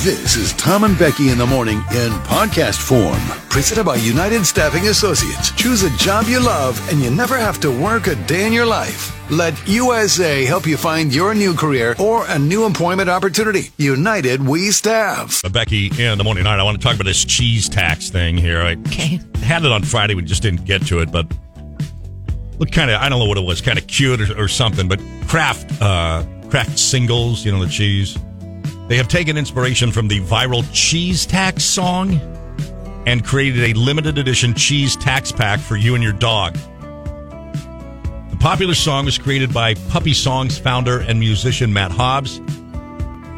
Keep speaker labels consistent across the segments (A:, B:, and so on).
A: This is Tom and Becky in the morning in podcast form, presented by United Staffing Associates. Choose a job you love and you never have to work a day in your life. Let USA help you find your new career or a new employment opportunity. United We Staff.
B: Uh, Becky in the morning. All right, I want to talk about this cheese tax thing here. I
C: Okay.
B: had it on Friday, we just didn't get to it, but look kind of, I don't know what it was, kind of cute or, or something, but Kraft, uh, Kraft singles, you know, the cheese. They have taken inspiration from the viral cheese tax song and created a limited edition cheese tax pack for you and your dog. The popular song was created by Puppy Songs founder and musician Matt Hobbs.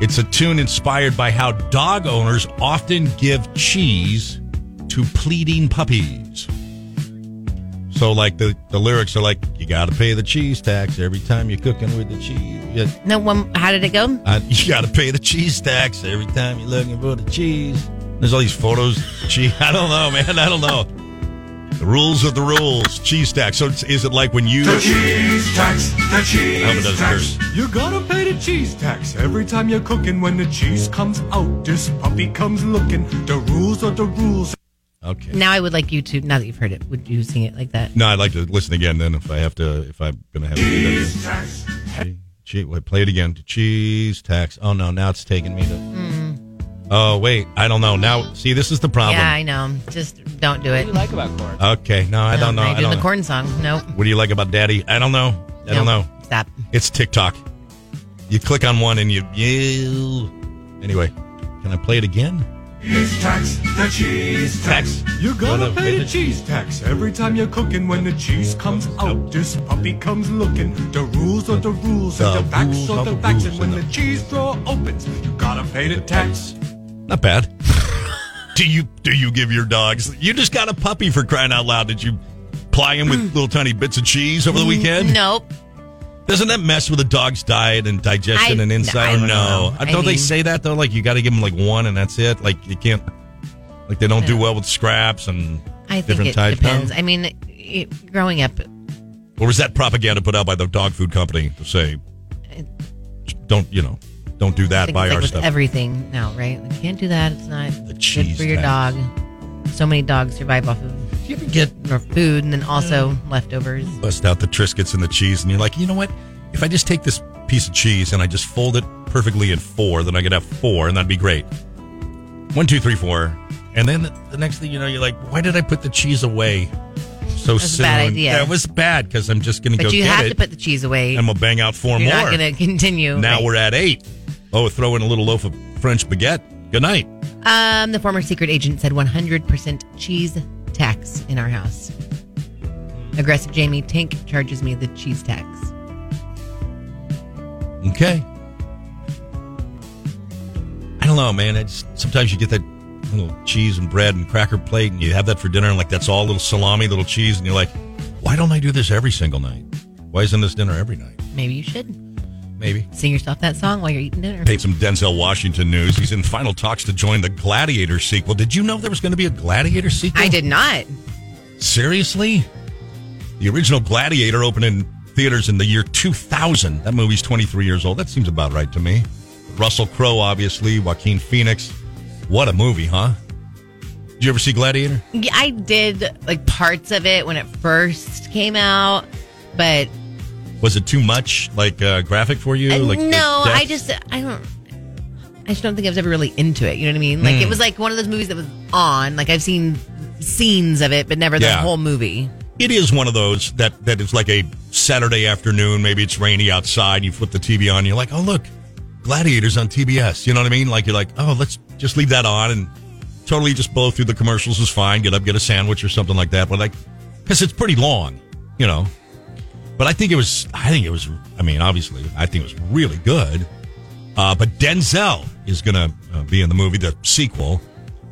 B: It's a tune inspired by how dog owners often give cheese to pleading puppies. So, like, the, the lyrics are like, you got to pay the cheese tax every time you're cooking with the cheese. Yeah,
C: No one. How did it go?
B: uh, you got to pay the cheese tax every time you're looking for the cheese. There's all these photos. Gee, I don't know, man. I don't know. The rules are the rules. Cheese tax. So it's, is it like when you?
D: The cheese tax, the cheese
B: I hope it doesn't
D: tax.
B: hurt.
D: You gotta pay the cheese tax every time you're cooking. When the cheese comes out, this puppy comes looking. The rules are the rules.
B: Okay.
C: Now I would like you to. Now that you've heard it, would you sing it like that?
B: No, I'd like to listen again then if I have to. If I'm gonna have to do that.
D: Cheese tax.
B: Che- che- wait, play it again. Cheese tax. Oh no, now it's taking me to. Oh wait, I don't know. Now, see, this is the problem.
C: Yeah, I know. Just don't do it.
B: okay, no, I don't know.
C: Now
B: I
C: you're
B: don't
C: doing the
B: know.
C: corn song. No.
B: What do you like about Daddy? I don't know. I don't know.
C: Stop.
B: It's TikTok. You click on one and you you. Anyway, can I play it again?
D: Cheese tax, the cheese tax. You gotta pay the cheese tax every time you're cooking. When the cheese comes out, this puppy comes looking. The rules are the rules, and
B: The
D: the backs
B: rules
D: are
B: are
D: the
B: the
D: backs. And
B: rules,
D: when
B: and
D: the
B: the-
D: cheese drawer opens, you gotta pay the tax.
B: Not bad. do you do you give your dogs? You just got a puppy for crying out loud. Did you ply him with little tiny bits of cheese over the weekend?
C: Nope.
B: Doesn't that mess with a dog's diet and digestion
C: I-
B: and
C: no, I
B: inside?
C: don't
B: no,
C: know.
B: Uh,
C: I
B: don't they
C: mean-
B: say that though? Like you got to give them like one and that's it. Like you can't. Like they don't do well with scraps and
C: I think
B: different
C: it
B: types.
C: depends.
B: No?
C: I mean, it, growing up,
B: Or was that propaganda put out by the dog food company to say,
C: I
B: don't you know, don't do that?
C: think
B: Buy
C: it's like
B: our
C: with
B: stuff.
C: everything now, right? You can't do that. It's not good
B: cheese
C: for your
B: tax.
C: dog. So many dogs survive off of
B: you ever get
C: or food and then also
B: Mm.
C: leftovers.
B: bust out the Triscuits and the cheese, and you're like, you know what? If I just take this piece of cheese and I just fold it perfectly in four, then I could have four, and that'd be great. One, two, three, four. And then the next thing you know, you're like, why did I put the cheese away so
C: was a
B: soon?
C: bad idea.
B: That was bad because I'm just going to go
C: But you
B: get
C: have
B: it,
C: to put the cheese away.
B: and we'll bang out 4
C: You're
B: more.
C: not going to continue.
B: now
C: Right.
B: we're at eight. Oh, throw in a little loaf of French baguette. Good night.
C: Um, the former secret agent said 100% cheese tax in our house. Aggressive Jamie Tank charges me the cheese tax.
B: Okay. I don't know, man. It's sometimes you get that little cheese and bread and cracker plate, and you have that for dinner, and like that's all little salami, little cheese, and you're like, why don't I do this every single night? Why isn't this dinner every night?
C: Maybe you should
B: Maybe.
C: sing yourself that song while you're eating dinner.
B: Paid some Denzel Washington news. He's in final talks to join the Gladiator sequel. Did you know there was going to be a Gladiator sequel?
C: I did not.
B: Seriously? The original Gladiator opened in theaters in the year 2000. That movie's 23 years old. That seems about right to me. Russell Crowe, obviously, Joaquin Phoenix. What a movie, huh? Did you ever see Gladiator?
C: Yeah, I did like parts of it when it first came out, but
B: Was it too much, like uh, graphic for you?
C: uh,
B: Like the
C: no, I
B: deaths?
C: just I don't. I just don't think I was ever really into it. You know what I mean? Like
B: Hmm.
C: it was like one of those movies that was on. Like I've seen scenes of it, but never the
B: Yeah.
C: whole movie.
B: it is one of those that that is like a Saturday afternoon. Maybe it's rainy outside. You flip the TV on. You're like, oh look, Gladiators on TBS. You know what I mean? Like you're like, oh, let's just leave that on and totally just blow through the commercials is fine. Get up, get a sandwich or something like that. But like, because it's pretty long, you know. But I think it was. I think it was. I mean, obviously, I think it was really good. Uh, but Denzel is going to uh, be in the movie, the sequel,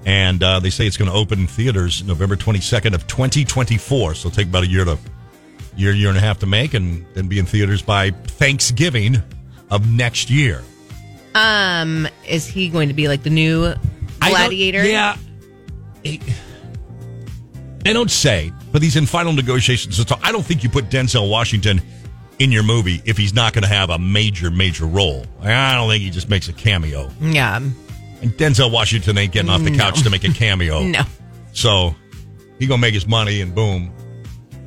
B: and uh, they say it's going to open in theaters November 22nd of 2024. So it'll take about a year to year, year and a half to make, and then be in theaters by Thanksgiving of next year.
C: Um, is he going to be like the new
B: I don't-
C: gladiator?
B: yeah. It- they don't say, but he's in final negotiations. So I don't think you put Denzel Washington in your movie if he's not going to have a major, major role. I don't think he just makes a cameo.
C: Yeah.
B: And Denzel Washington ain't getting off the couch to make a cameo.
C: Mm, No.
B: So he gonna make his money and boom.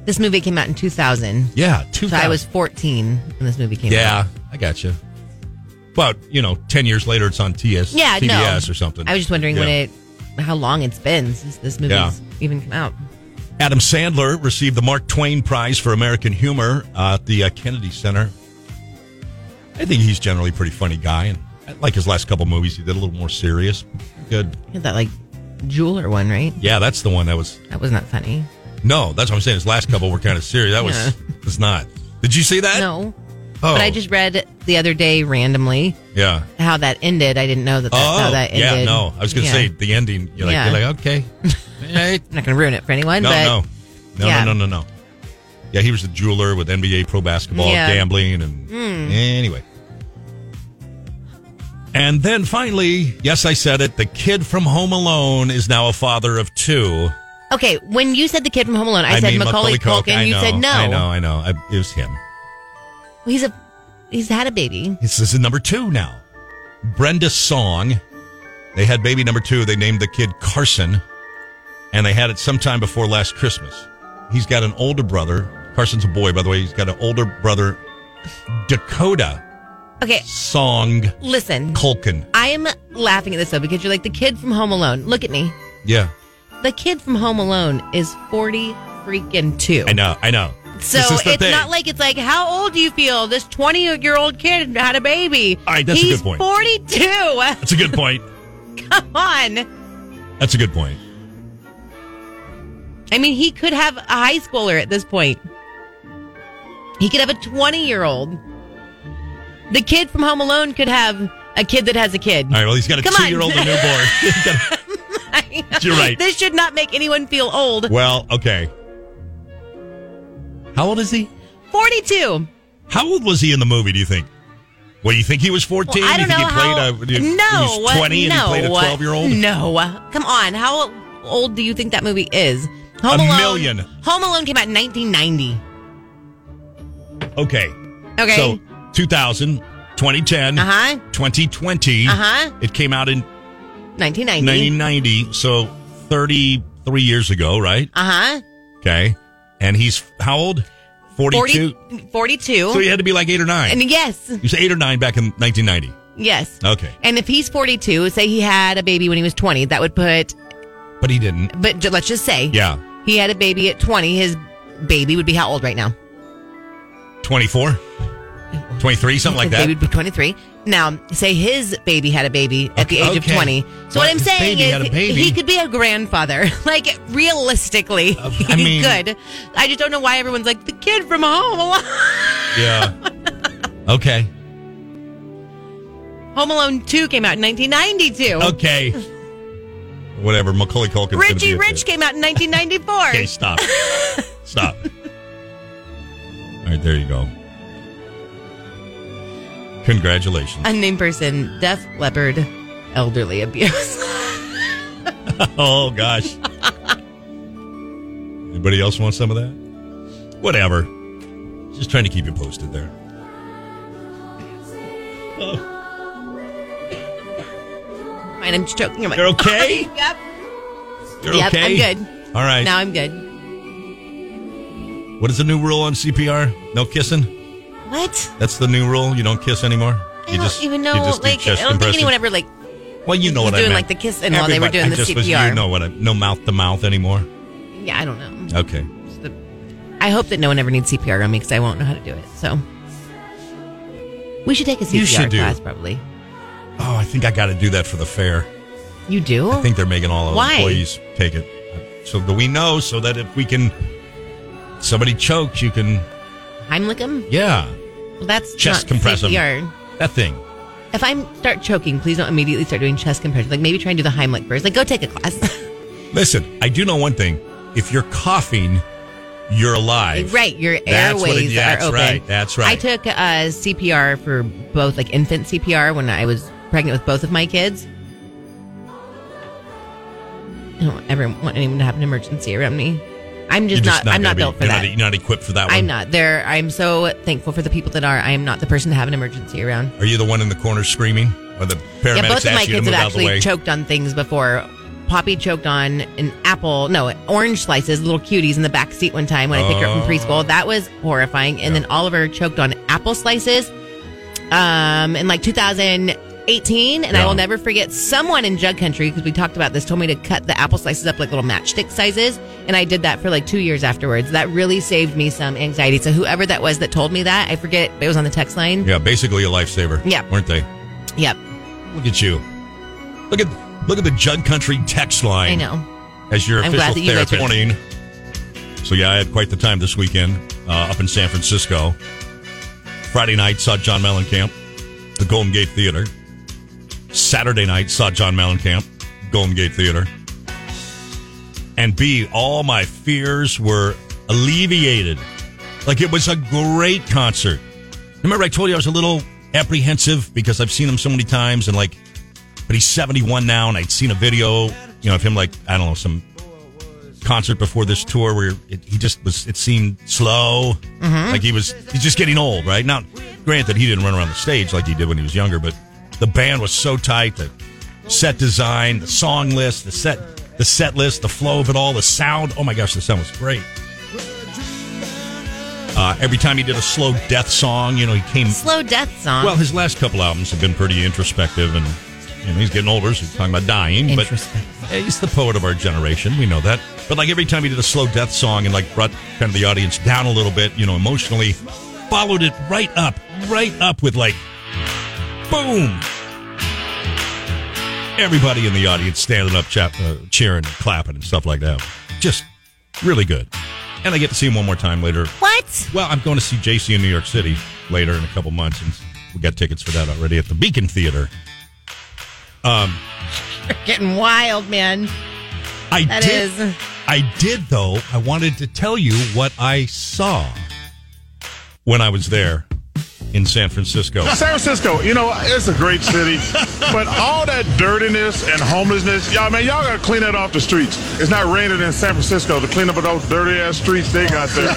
C: This movie came out in 2000.
B: Yeah, two.
C: So I was 14 when this movie came out.
B: Yeah, I got you. But you know, ten years later, it's on TS,
C: Yeah, no.
B: CBS or something.
C: I was just wondering
B: Yeah.
C: when it, how long it's been since this movie's
B: Yeah.
C: even come out.
B: Adam Sandler received the Mark Twain Prize for American Humor uh, at the uh, Kennedy Center. I think he's generally a pretty funny guy, and I like his last couple movies, he did a little more serious. Good.
C: He had that like jeweler one, right?
B: Yeah, that's the one that was.
C: That was not funny.
B: No, that's what I'm saying. His last couple were kind of serious. That was.
C: Yeah.
B: Was not. Did you see that?
C: No.
B: Oh,
C: But I just read the other day randomly
B: Yeah.
C: how that ended. I didn't know that that's
B: Oh,
C: how that ended.
B: yeah. No, I was going to say
C: Yeah.
B: the ending. You're like,
C: Yeah.
B: you're like okay. Right.
C: I'm not going to ruin it for anyone,
B: No,
C: but
B: no, no,
C: yeah.
B: no, no, no, no. Yeah, he was a jeweler with NBA pro basketball,
C: Yeah. Hmm.
B: gambling, and anyway. And then finally, yes, I said it. The kid from Home Alone is now a father of two.
C: Okay, when you said the kid from Home Alone, I, said
B: mean,
C: Macaulay, Culkin.
B: I
C: you
B: know,
C: said no.
B: I know, I know. I, it was him.
C: He's a he's had a baby.
B: This is number two now. Brenda Song. They had baby number two. They named the kid Carson, and they had it sometime before last Christmas. He's got an older brother. Carson's a boy, by the way. He's got an older brother, Dakota
C: Okay,
B: Song
C: listen.
B: Culkin.
C: I am laughing at this though because you're like the kid from Home Alone. Look at me.
B: Yeah,
C: The kid from Home Alone is 40 freaking 2.
B: I know, I know.
C: So
B: This is
C: it's
B: the thing.
C: not like it's like how old do you feel? This 20 year old kid had a baby.
B: All right, that's a
C: He's
B: good point.
C: 42.
B: That's a good point.
C: Come on.
B: That's a good point.
C: I mean, he could have a high schooler at this point. He could have a 20 year old. The kid from Home Alone could have a kid that has a kid.
B: All right, well, he's got a
C: Come on.
B: two-year-old and newborn. You're right.
C: This should not make anyone feel old.
B: well, okay. How old is he?
C: 42.
B: How old was he in the movie? Do you think? What do you think he was fourteen?
C: I
B: you
C: don't
B: think
C: know
B: he played
C: how.
B: a do you-
C: no. uh,
B: he was twenty
C: no,
B: and he played a twelve year old.
C: No. uh, Come on. How old do you think that movie is? Home
B: A
C: Alone.
B: million.
C: Home Alone came out in 1990.
B: Okay.
C: Okay.
B: So 2000, 2010,
C: uh huh.
B: 2020.
C: Uh huh.
B: It came out in
C: 1990.
B: 1990, so 33 years ago, right?
C: Uh huh.
B: Okay. And he's how old? 42.
C: 42.
B: So he had to be like 8 or 9.
C: and yes.
B: he was 8 or 9 back in 1990.
C: Yes.
B: Okay.
C: And if he's 42, say he had a baby when he was 20, that would put,
B: But he didn't.
C: but ju- let's just say
B: Yeah.
C: he had a baby at 20. His baby would be how old right now?
B: 24, 23, something like
C: His baby
B: that.
C: would be 23. Now, say his baby had a baby at the
B: Okay,
C: age of
B: okay.
C: 20. So
B: Well,
C: what I'm
B: his
C: saying
B: baby had a
C: is
B: baby.
C: he could be a grandfather. Like, realistically,
B: Uh, I
C: he
B: mean-
C: could. I just don't know why everyone's like, the kid from Home Alone.
B: Yeah. Okay.
C: Home Alone 2 came out in 1992.
B: Okay. Whatever. Macaulay Culkin.
C: Richie Rich came out in 1994.
B: Okay, stop. stop. All right, there you go. Congratulations.
C: Unnamed person, deaf leopard, elderly abuse.
B: Oh, gosh. Anybody else want some of that? Whatever. Just trying to keep you posted there. Oh,
C: Fine, I'm choking. I'm like,
B: You're okay?
C: yep.
B: You're
C: Yep, I'm
B: okay?
C: good.
B: All right.
C: Now I'm good.
B: what is the new rule on CPR? No kissing?
C: What?
B: That's the new rule? You don't kiss anymore?
C: I don't even know. Like, I don't think anyone ever like.
B: Well, you know
C: was
B: what I
C: doing,
B: meant.
C: like, the kissing while they were
B: Everybody-
C: doing
B: I
C: the
B: just was-
C: CPR.
B: You know what I No mouth to mouth anymore.
C: Yeah, I don't know.
B: Okay.
C: Just the- I hope that no one ever needs CPR on me because I won't know how to do it. So we should take a
B: You should
C: CPR
B: do.
C: class, probably.
B: Oh, I think I got to do that for the fair.
C: You do?
B: I think they're making all of the
C: Why?
B: employees take it. So that we know, so that if we can, somebody chokes, you can,
C: Heimlich him?
B: yeah,
C: Well, um, that's
B: chest
C: not
B: compress 'em.
C: CPR.
B: that thing.
C: If I start choking, please don't immediately start doing chest compression. Like maybe try and do the Heimlich first. Like go take a class.
B: Listen, I do know one thing. If you're coughing, you're alive.
C: Right, your airways
B: That's what it- that's
C: are open.
B: right, that's right.
C: I took uh, CPR for both, like infant CPR, when I was pregnant with both of my kids. I don't ever want anyone to have an emergency around me. I'm
B: You're
C: just, not, I'm
B: gonna
C: not
B: be-
C: built for
B: you're
C: that.
B: Not, e, you're not equipped for that one.
C: I'm not there. I'm so thankful for the people that are. I am not the person to have an emergency around.
B: Are you the one in the corner screaming? When the paramedics
C: yeah,
B: ask
C: both of my
B: you to
C: kids
B: move
C: have
B: out of the way.
C: actually choked on things before. Poppy choked on an apple, no, orange slices, little cuties in the back seat one time when I picked her up from
B: Oh.
C: preschool. That was horrifying. And then Oliver choked on apple slices um, in like 2018. And I
B: Yeah.
C: will never forget someone in Jug Country, because we talked about this, told me to cut the apple slices up like little matchstick sizes. And I did that for like two years afterwards. That really saved me some anxiety. So whoever that was that told me that, I forget, it was on the text line.
B: yeah, basically a lifesaver.
C: Yeah.
B: Weren't they?
C: Yep.
B: Look at you. Look at look at the Jug Country text line.
C: I know.
B: as your
C: I'm
B: official
C: glad that you guys
B: therapist. Morning. So yeah, I had quite the time this weekend uh, up in San Francisco. Friday night saw John Mellencamp, the Golden Gate Theater. Saturday night saw John Mellencamp, Golden Gate Theater. And B, all my fears were alleviated. Like it was a great concert. Remember, I told you I was a little apprehensive because I've seen him so many times, and like, but he's 71 now, and I'd seen a video, you know, of him like I don't know some concert before this tour where it, he just was. It seemed slow, like he was he's just getting old, right? Now, granted, he didn't run around the stage like he did when he was younger, but the band was so tight, the set design, the song list, the set, the set list, the flow of it all, the sound. Oh my gosh, the sound was great. Uh, every time he did a slow death song, you know, he came
C: Slow death song.
B: well, his last couple albums have been pretty introspective, and you know, he's getting older, so he's talking about dying. But
C: Interesting.
B: hey, he's the poet of our generation. We know that. But like every time he did a slow death song and like brought kind of the audience down a little bit, you know, emotionally, followed it right up, right up with like, boom. Everybody in the audience standing up, chap, uh, cheering, and clapping, and stuff like that. Just really good. And I get to see him one more time later
C: What?
B: well, I'm going to see JC in New York City later in a couple months, and we got tickets for that already at the Beacon Theater.
C: Getting wild, man.
B: I
C: That
B: did.
C: is-
B: I did though. I wanted to tell you what I saw when I was there in San Francisco.
E: San Francisco, you know, it's a great city, but all that dirtiness and homelessness, y'all, man, y'all gotta clean that off the streets. It's not raining in San Francisco to clean up those dirty ass streets they got there.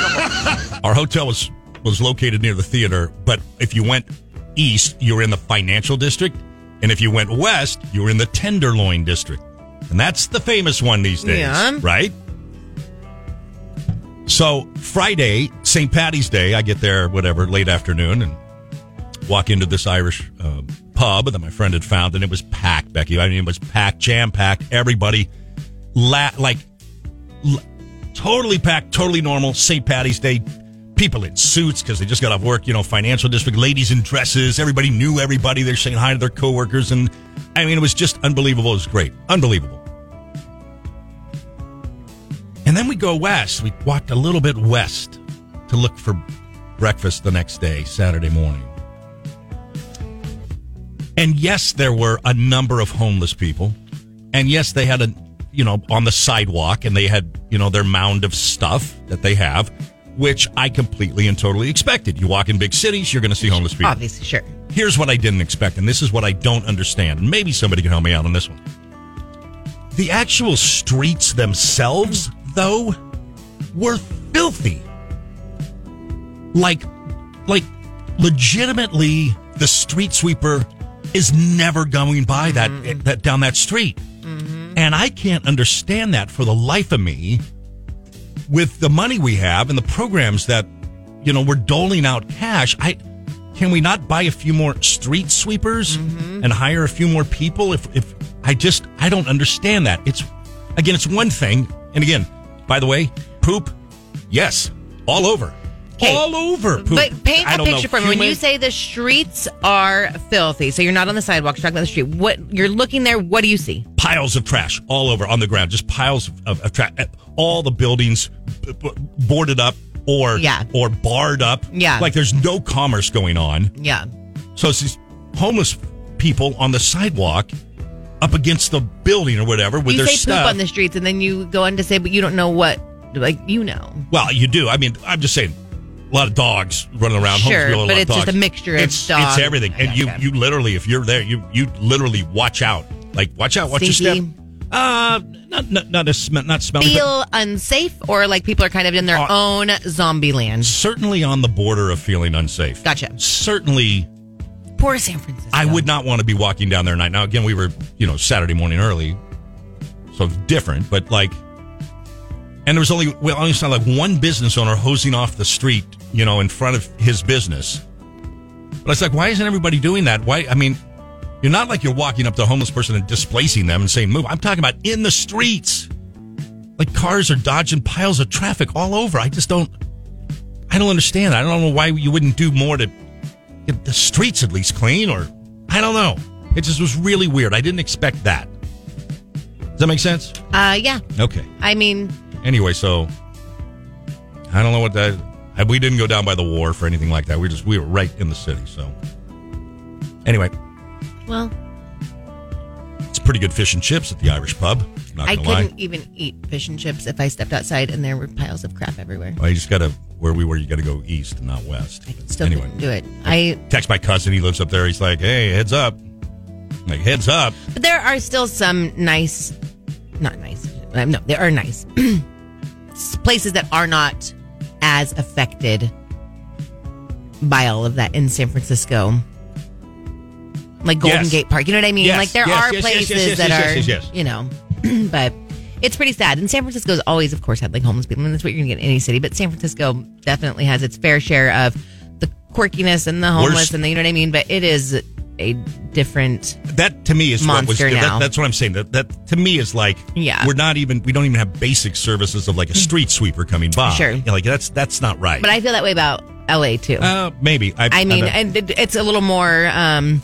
B: Our hotel was was located near the theater, but if you went east, you were in the financial district, and if you went west, you were in the tenderloin district, and that's the famous one these days,
C: Yeah.
B: right? So Friday, St. Patty's Day, I get there whatever late afternoon and walk into this Irish uh, pub that my friend had found, and it was packed, Becky. I mean, it was packed, jam packed. Everybody, la- like totally packed, totally normal. St. Patty's Day, people in suits because they just got off work. You know, financial district, ladies in dresses. Everybody knew everybody. They're saying hi to their coworkers, and I mean, it was just unbelievable. It was great, unbelievable. And then we go west. We walked a little bit west to look for breakfast the next day, Saturday morning. And yes, there were a number of homeless people. And yes, they had a, you know, on the sidewalk and they had, you know, their mound of stuff that they have, which I completely and totally expected. You walk in big cities, you're going to see homeless people.
C: Obviously, sure.
B: Here's what I didn't expect, and this is what I don't understand. And maybe somebody can help me out on this one. The actual streets themselves, though, were filthy. Like, like, legitimately, the street sweeper is never going by that eh, that down that street, and I can't understand that for the life of me. With the money we have and the programs that, you know, we're doling out cash, I can we not buy a few more street sweepers and hire a few more people? If if I just I don't understand that. It's again, it's one thing, and again, by the way, poop, yes, all over.
C: Okay.
B: All over. Poop.
C: But paint
B: I
C: a
B: don't know,
C: picture for me. When you
B: human-
C: say the streets are filthy, so you're not on the sidewalk, you're talking about the street. What you're looking there, what do you see?
B: piles of trash all over on the ground, just piles of, of, trash. Eh, All the buildings b- b- boarded up or
C: Yeah.
B: or barred up.
C: Yeah.
B: like there's no commerce going on.
C: Yeah.
B: So it's these homeless people on the sidewalk up against the building or whatever with
C: you
B: their
C: say
B: stuff.
C: poop on the streets and then you go on to say, but you don't know what like you know.
B: well, you do. I mean, I'm just saying. A lot of dogs running around. homeless
C: Sure,
B: people, a lot
C: but
B: of
C: it's just
B: dogs.
C: a mixture of
B: it's,
C: dog-
B: It's everything,
C: I
B: and you
C: gotcha.
B: you literally, if you're there, you you literally watch out. Like watch out, watch your step.
C: Stinky.
B: Uh, not not not, a sm- not smelly, but
C: Feel unsafe or like people are kind of in their
B: Uh,
C: own zombie land.
B: certainly on the border of feeling unsafe.
C: Gotcha.
B: Certainly
C: Poor San Francisco.
B: I would not want to be walking down there at night. Now, again, we were, you know, Saturday morning early, so it's different, but like, and there was only, well, only saw like one business owner hosing off the street, you know, in front of his business. But it's like, why isn't everybody doing that? Why, I mean, you're not like you're walking up to a homeless person and displacing them and saying, move. I'm talking about in the streets. Like cars are dodging piles of traffic all over. I just don't, I don't understand. I don't know why you wouldn't do more to get the streets at least clean or I don't know. It just was really weird. I didn't expect that. Does that make sense?
C: Uh, yeah.
B: Okay.
C: I mean,
B: Anyway, so I don't know what that I- we didn't go down by the wharf or anything like that. We just we were right in the city, so anyway,
C: well,
B: it's pretty good fish and chips at the Irish pub. Not
C: I
B: gonna
C: couldn't
B: lie.
C: even eat fish and chips if I stepped outside and there were piles of crap everywhere.
B: Well, you just gotta where we were, you gotta go east and not west.
C: I still
B: anyway.
C: couldn't do it. I
B: Text my cousin, he lives up there, he's like, Hey, heads up. I'm like, heads up.
C: But there are still some nice, not nice. um, No, there are nice s- places that are not as affected by all of that in San Francisco, like Golden
B: Yes.
C: Gate Park. You know what I mean?
B: Yes,
C: Like there
B: yes,
C: are
B: yes, yes,
C: places
B: yes, yes,
C: that
B: yes,
C: are,
B: yes, yes.
C: you know, but it's pretty sad. And San Francisco's always, of course, had like homeless people, and that's what you're gonna get in any city. But San Francisco definitely has its fair share of the quirkiness and the homeless,
B: Worst-
C: and the you know what I mean. But it is a different.
B: that to me is what was
C: Monster
B: that-
C: now.
B: that's what I'm saying. That that to me is like
C: Yeah.
B: we're not even we don't even have basic services of like a street sweeper coming by.
C: Sure.
B: Yeah, like that's that's not right.
C: But I feel that way about LA too.
B: uh, maybe I,
C: I mean,
B: I,
C: and it- it's a little more. Um,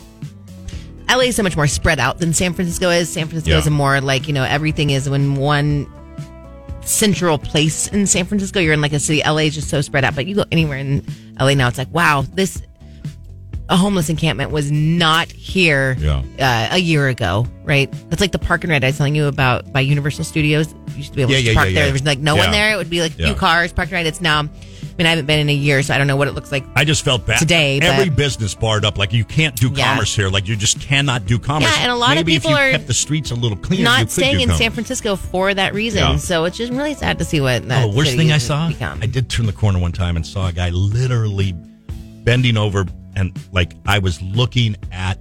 C: LA is so much more spread out than San Francisco is. San Francisco is
B: Yeah.
C: a more like you know everything is in one central place in San Francisco. You're in like a city. LA is just so spread out. But you go anywhere in LA now, it's like wow, this a homeless encampment was not here
B: Yeah.
C: uh, a year ago, right? That's like the park and ride I was telling you about by Universal Studios. You used to be able
B: Yeah,
C: to just
B: yeah,
C: park
B: yeah,
C: there.
B: yeah.
C: There was like no
B: Yeah.
C: one there. It would be like a
B: Yeah.
C: few cars parked right. It's now. I mean, I haven't been in a year, so I don't know what it looks like
B: I just felt bad
C: today, but-
B: Every business barred up. Like you can't do
C: Yeah.
B: commerce here. Like you just cannot do commerce.
C: Yeah, and a lot of
B: maybe
C: people
B: if you
C: are
B: kept the streets a little cleaner. you
C: not
B: could do
C: staying in
B: commerce.
C: San Francisco for that reason.
B: Yeah.
C: So it's just really sad to see what that.
B: Oh, worst
C: city
B: thing I
C: has
B: saw.
C: Become.
B: I did turn the corner one time and saw a guy literally bending over and like I was looking at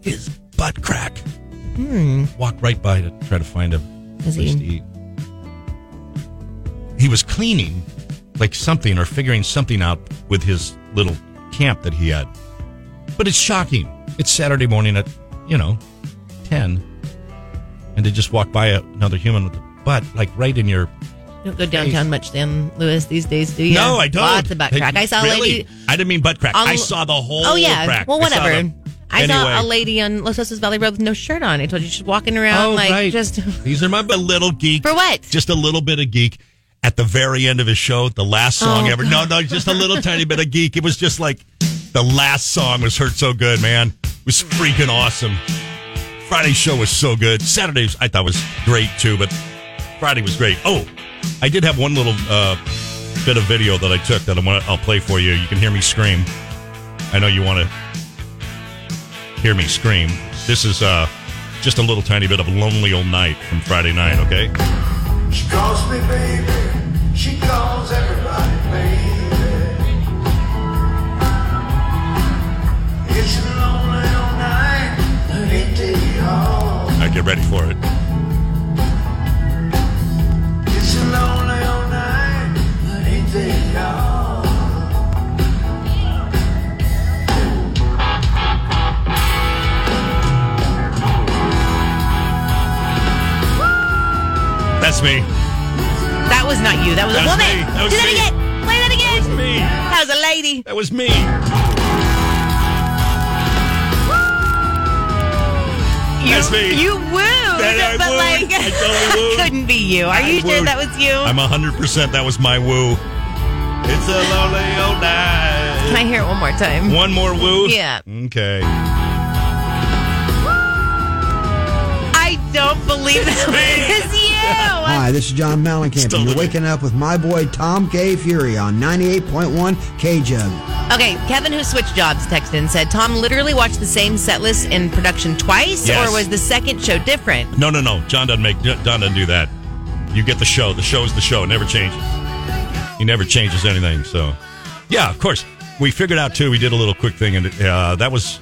B: his butt crack. Walked right by to try to find a
C: Hmm. Is
B: place
C: he-
B: to eat. He was cleaning like something or figuring something out with his little camp that he had. But it's shocking. It's Saturday morning at, you know, 10 and to just walk by another human with a butt like right in your
C: You don't go downtown much, San Luis, these days, do you?
B: no, I don't.
C: Lots of butt
B: Hey,
C: crack. I saw
B: really?
C: a lady.
B: I didn't mean butt crack.
C: on-
B: I saw the whole.
C: Oh yeah.
B: Crack.
C: Well,
B: I saw
C: whatever. I saw,
B: the- Anyway.
C: a lady on Los Osos Valley Road with no shirt on. I told you she's walking around
B: Oh,
C: like
B: right.
C: just
B: These are my b- little geek.
C: For what?
B: Just a little bit of geek. At the very end of his show, the last song
C: Oh,
B: ever. No, no, just a little tiny bit of geek. It was just like the last song was hurt so good, man. It was freaking awesome. Friday's show was so good. Saturday's I thought was great too, but Friday was great. Oh, I did have one little uh, bit of video that I took that I want I'll play for you. You can hear me scream. I know you want to hear me scream. This is uh, just a little tiny bit of Lonely Old Night from Friday night, okay?
F: She calls me baby. She calls everybody baby. It's a lonely old night, an empty hall.
B: Now get ready for it.
F: It's a lonely old night, an empty hall.
B: That's me.
C: that was not you. That was
B: That
C: a
B: was
C: woman.
B: me. That was
C: do that
B: me.
C: again. Play that again. That was,
B: Me.
C: a lady.
B: That was me. That's me.
C: You wooed,
B: That I
C: but
B: wooed.
C: like
B: I totally wooed.
C: couldn't be you. Are
B: I
C: you sure
B: wooed.
C: that was you?
B: I'm 100% that was my woo. It's a lonely old
C: Can
B: night.
C: I hear it one more time?
B: One more woo?
C: Yeah.
B: Okay.
C: I don't believe that was you.
G: Hi, this is John Mellencamp,
B: Still
G: and you're
B: living.
G: waking up with my boy Tom K. Fury on 98.1 K-Jug.
C: Okay, Kevin, who switched jobs, texted and said Tom literally watched the same set list in production twice,
B: Yes.
C: or was the second show different?
B: No, no, no. John doesn't make. John doesn't do that. You get the show. The show is the show. It never changes. He never changes anything. So, yeah, of course. We figured out too. We did a little quick thing, and uh, that was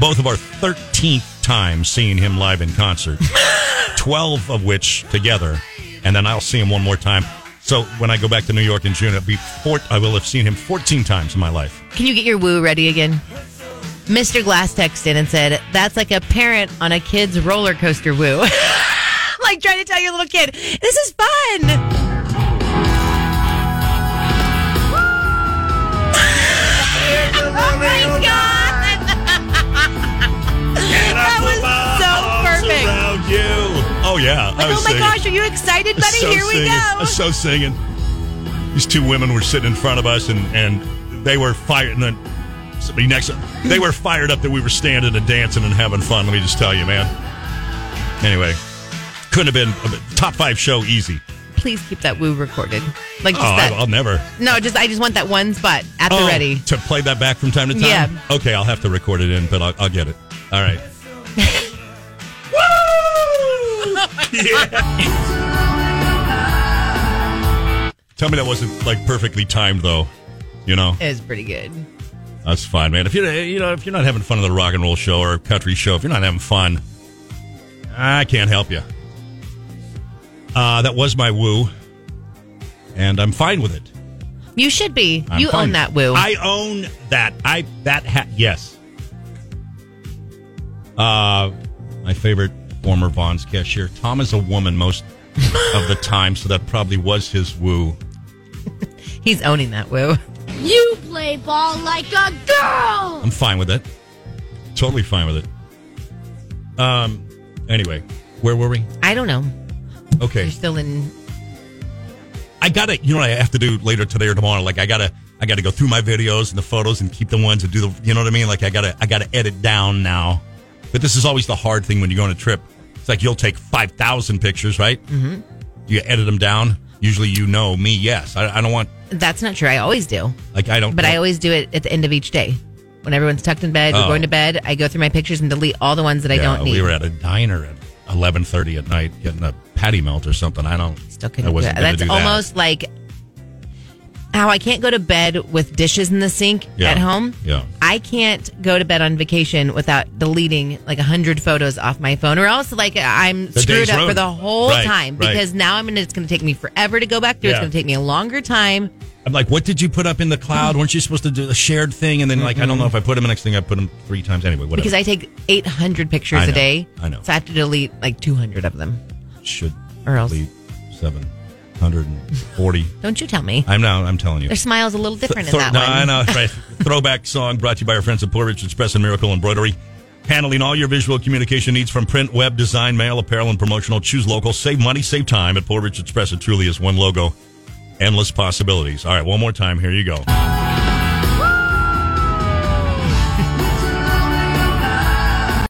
B: both of our 13th time seeing him live in concert, 12 of which together. And then I'll see him one more time. So when I go back to New York in June, it'll be four, I will have seen him 14 times in my life.
C: Can you get your woo ready again? Mr. Glass texted in and said, That's like a parent on a kid's roller coaster woo. like trying to tell your little kid, This is fun. Oh my God. That was so perfect.
B: Oh, yeah. I
C: Like,
B: was
C: oh my
B: singing.
C: gosh, are you excited, buddy?
B: So
C: Here we
B: singing.
C: go.
B: So singing. These two women were sitting in front of us, and and they were fired. And then somebody next, they were fired up that we were standing and dancing and having fun. Let me just tell you, man. Anyway, couldn't have been a top five show easy.
C: Please keep that woo recorded. Like
B: Oh,
C: just
B: I,
C: that.
B: I'll never.
C: no, just I just want that one spot at the
B: Oh,
C: ready.
B: to play that back from time to time.
C: Yeah.
B: Okay, I'll have to record it in, but I'll, I'll get it. All right. Tell me that wasn't like perfectly timed though. You know,
C: It was pretty good.
B: that's fine, man. If you're you know if you're not having fun at the rock and roll show or country show, if you're not having fun, I can't help you. Uh, that was my woo, and I'm fine with it.
C: You should be.
B: I'm
C: you
B: fine.
C: own that woo.
B: I own that. I that hat. Yes. Uh, my favorite former Vaughn's cashier. Tom is a woman most of the time, so that probably was his woo.
C: He's owning that woo.
H: You play ball like a girl!
B: I'm fine with it. Totally fine with it. Um. Anyway, where were we?
C: I don't know.
B: Okay.
C: You're still in.
B: I gotta, you know, what I have to do later today or tomorrow. Like I gotta, I gotta go through my videos and the photos and keep the ones and do the, you know what I mean? Like I gotta, I gotta edit down now. But this is always the hard thing when you go on a trip. It's like you'll take five thousand pictures, right? Mm-hmm. You edit them down. Usually, you know me. Yes, I, I don't want
C: That's not true. I always do,
B: like I don't.
C: but I always do it at the end of each day. When everyone's tucked in bed,
B: Oh.
C: we're going to bed. I go through my pictures and delete all the ones that I
B: Yeah,
C: don't need.
B: We were at a diner at eleven thirty at night getting a patty melt or something. I don't.
C: Still
B: I
C: couldn't do
B: wasn't
C: that.
B: gonna
C: That's
B: do that.
C: almost like how I can't go to bed with dishes in the sink
B: Yeah.
C: at home.
B: Yeah.
C: I can't go to bed on vacation without deleting like a hundred photos off my phone, or else like I'm
B: The
C: screwed
B: day's
C: up for
B: ruined.
C: the whole
B: Right,
C: time
B: right.
C: because now I'm gonna, it's going to take me forever to go back through.
B: Yeah.
C: It's going to take me a longer time.
B: I'm like, what did you put up in the cloud? Weren't you supposed to do a shared thing? And then, like, I don't know if I put them. Next thing, I put them three times. Anyway, whatever.
C: Mm-hmm. Because I take 800 pictures
B: I know,
C: a day.
B: I know.
C: So I have to delete like 200 of them.
B: should
C: Or else.
B: be 740.
C: Don't you tell me.
B: I'm now, I'm telling you.
C: Their smile's a little different
B: Thro-
C: in that
B: no,
C: one.
B: I know, right. Throwback song brought to you by our friends at Poor Richard's Press and Miracle Embroidery. Handling all your visual communication needs from print, web, design, mail, apparel, and promotional. Choose local. Save money, save time at Poor Richard's Press. It truly is one logo. Endless possibilities. All right, one more time. Here you go.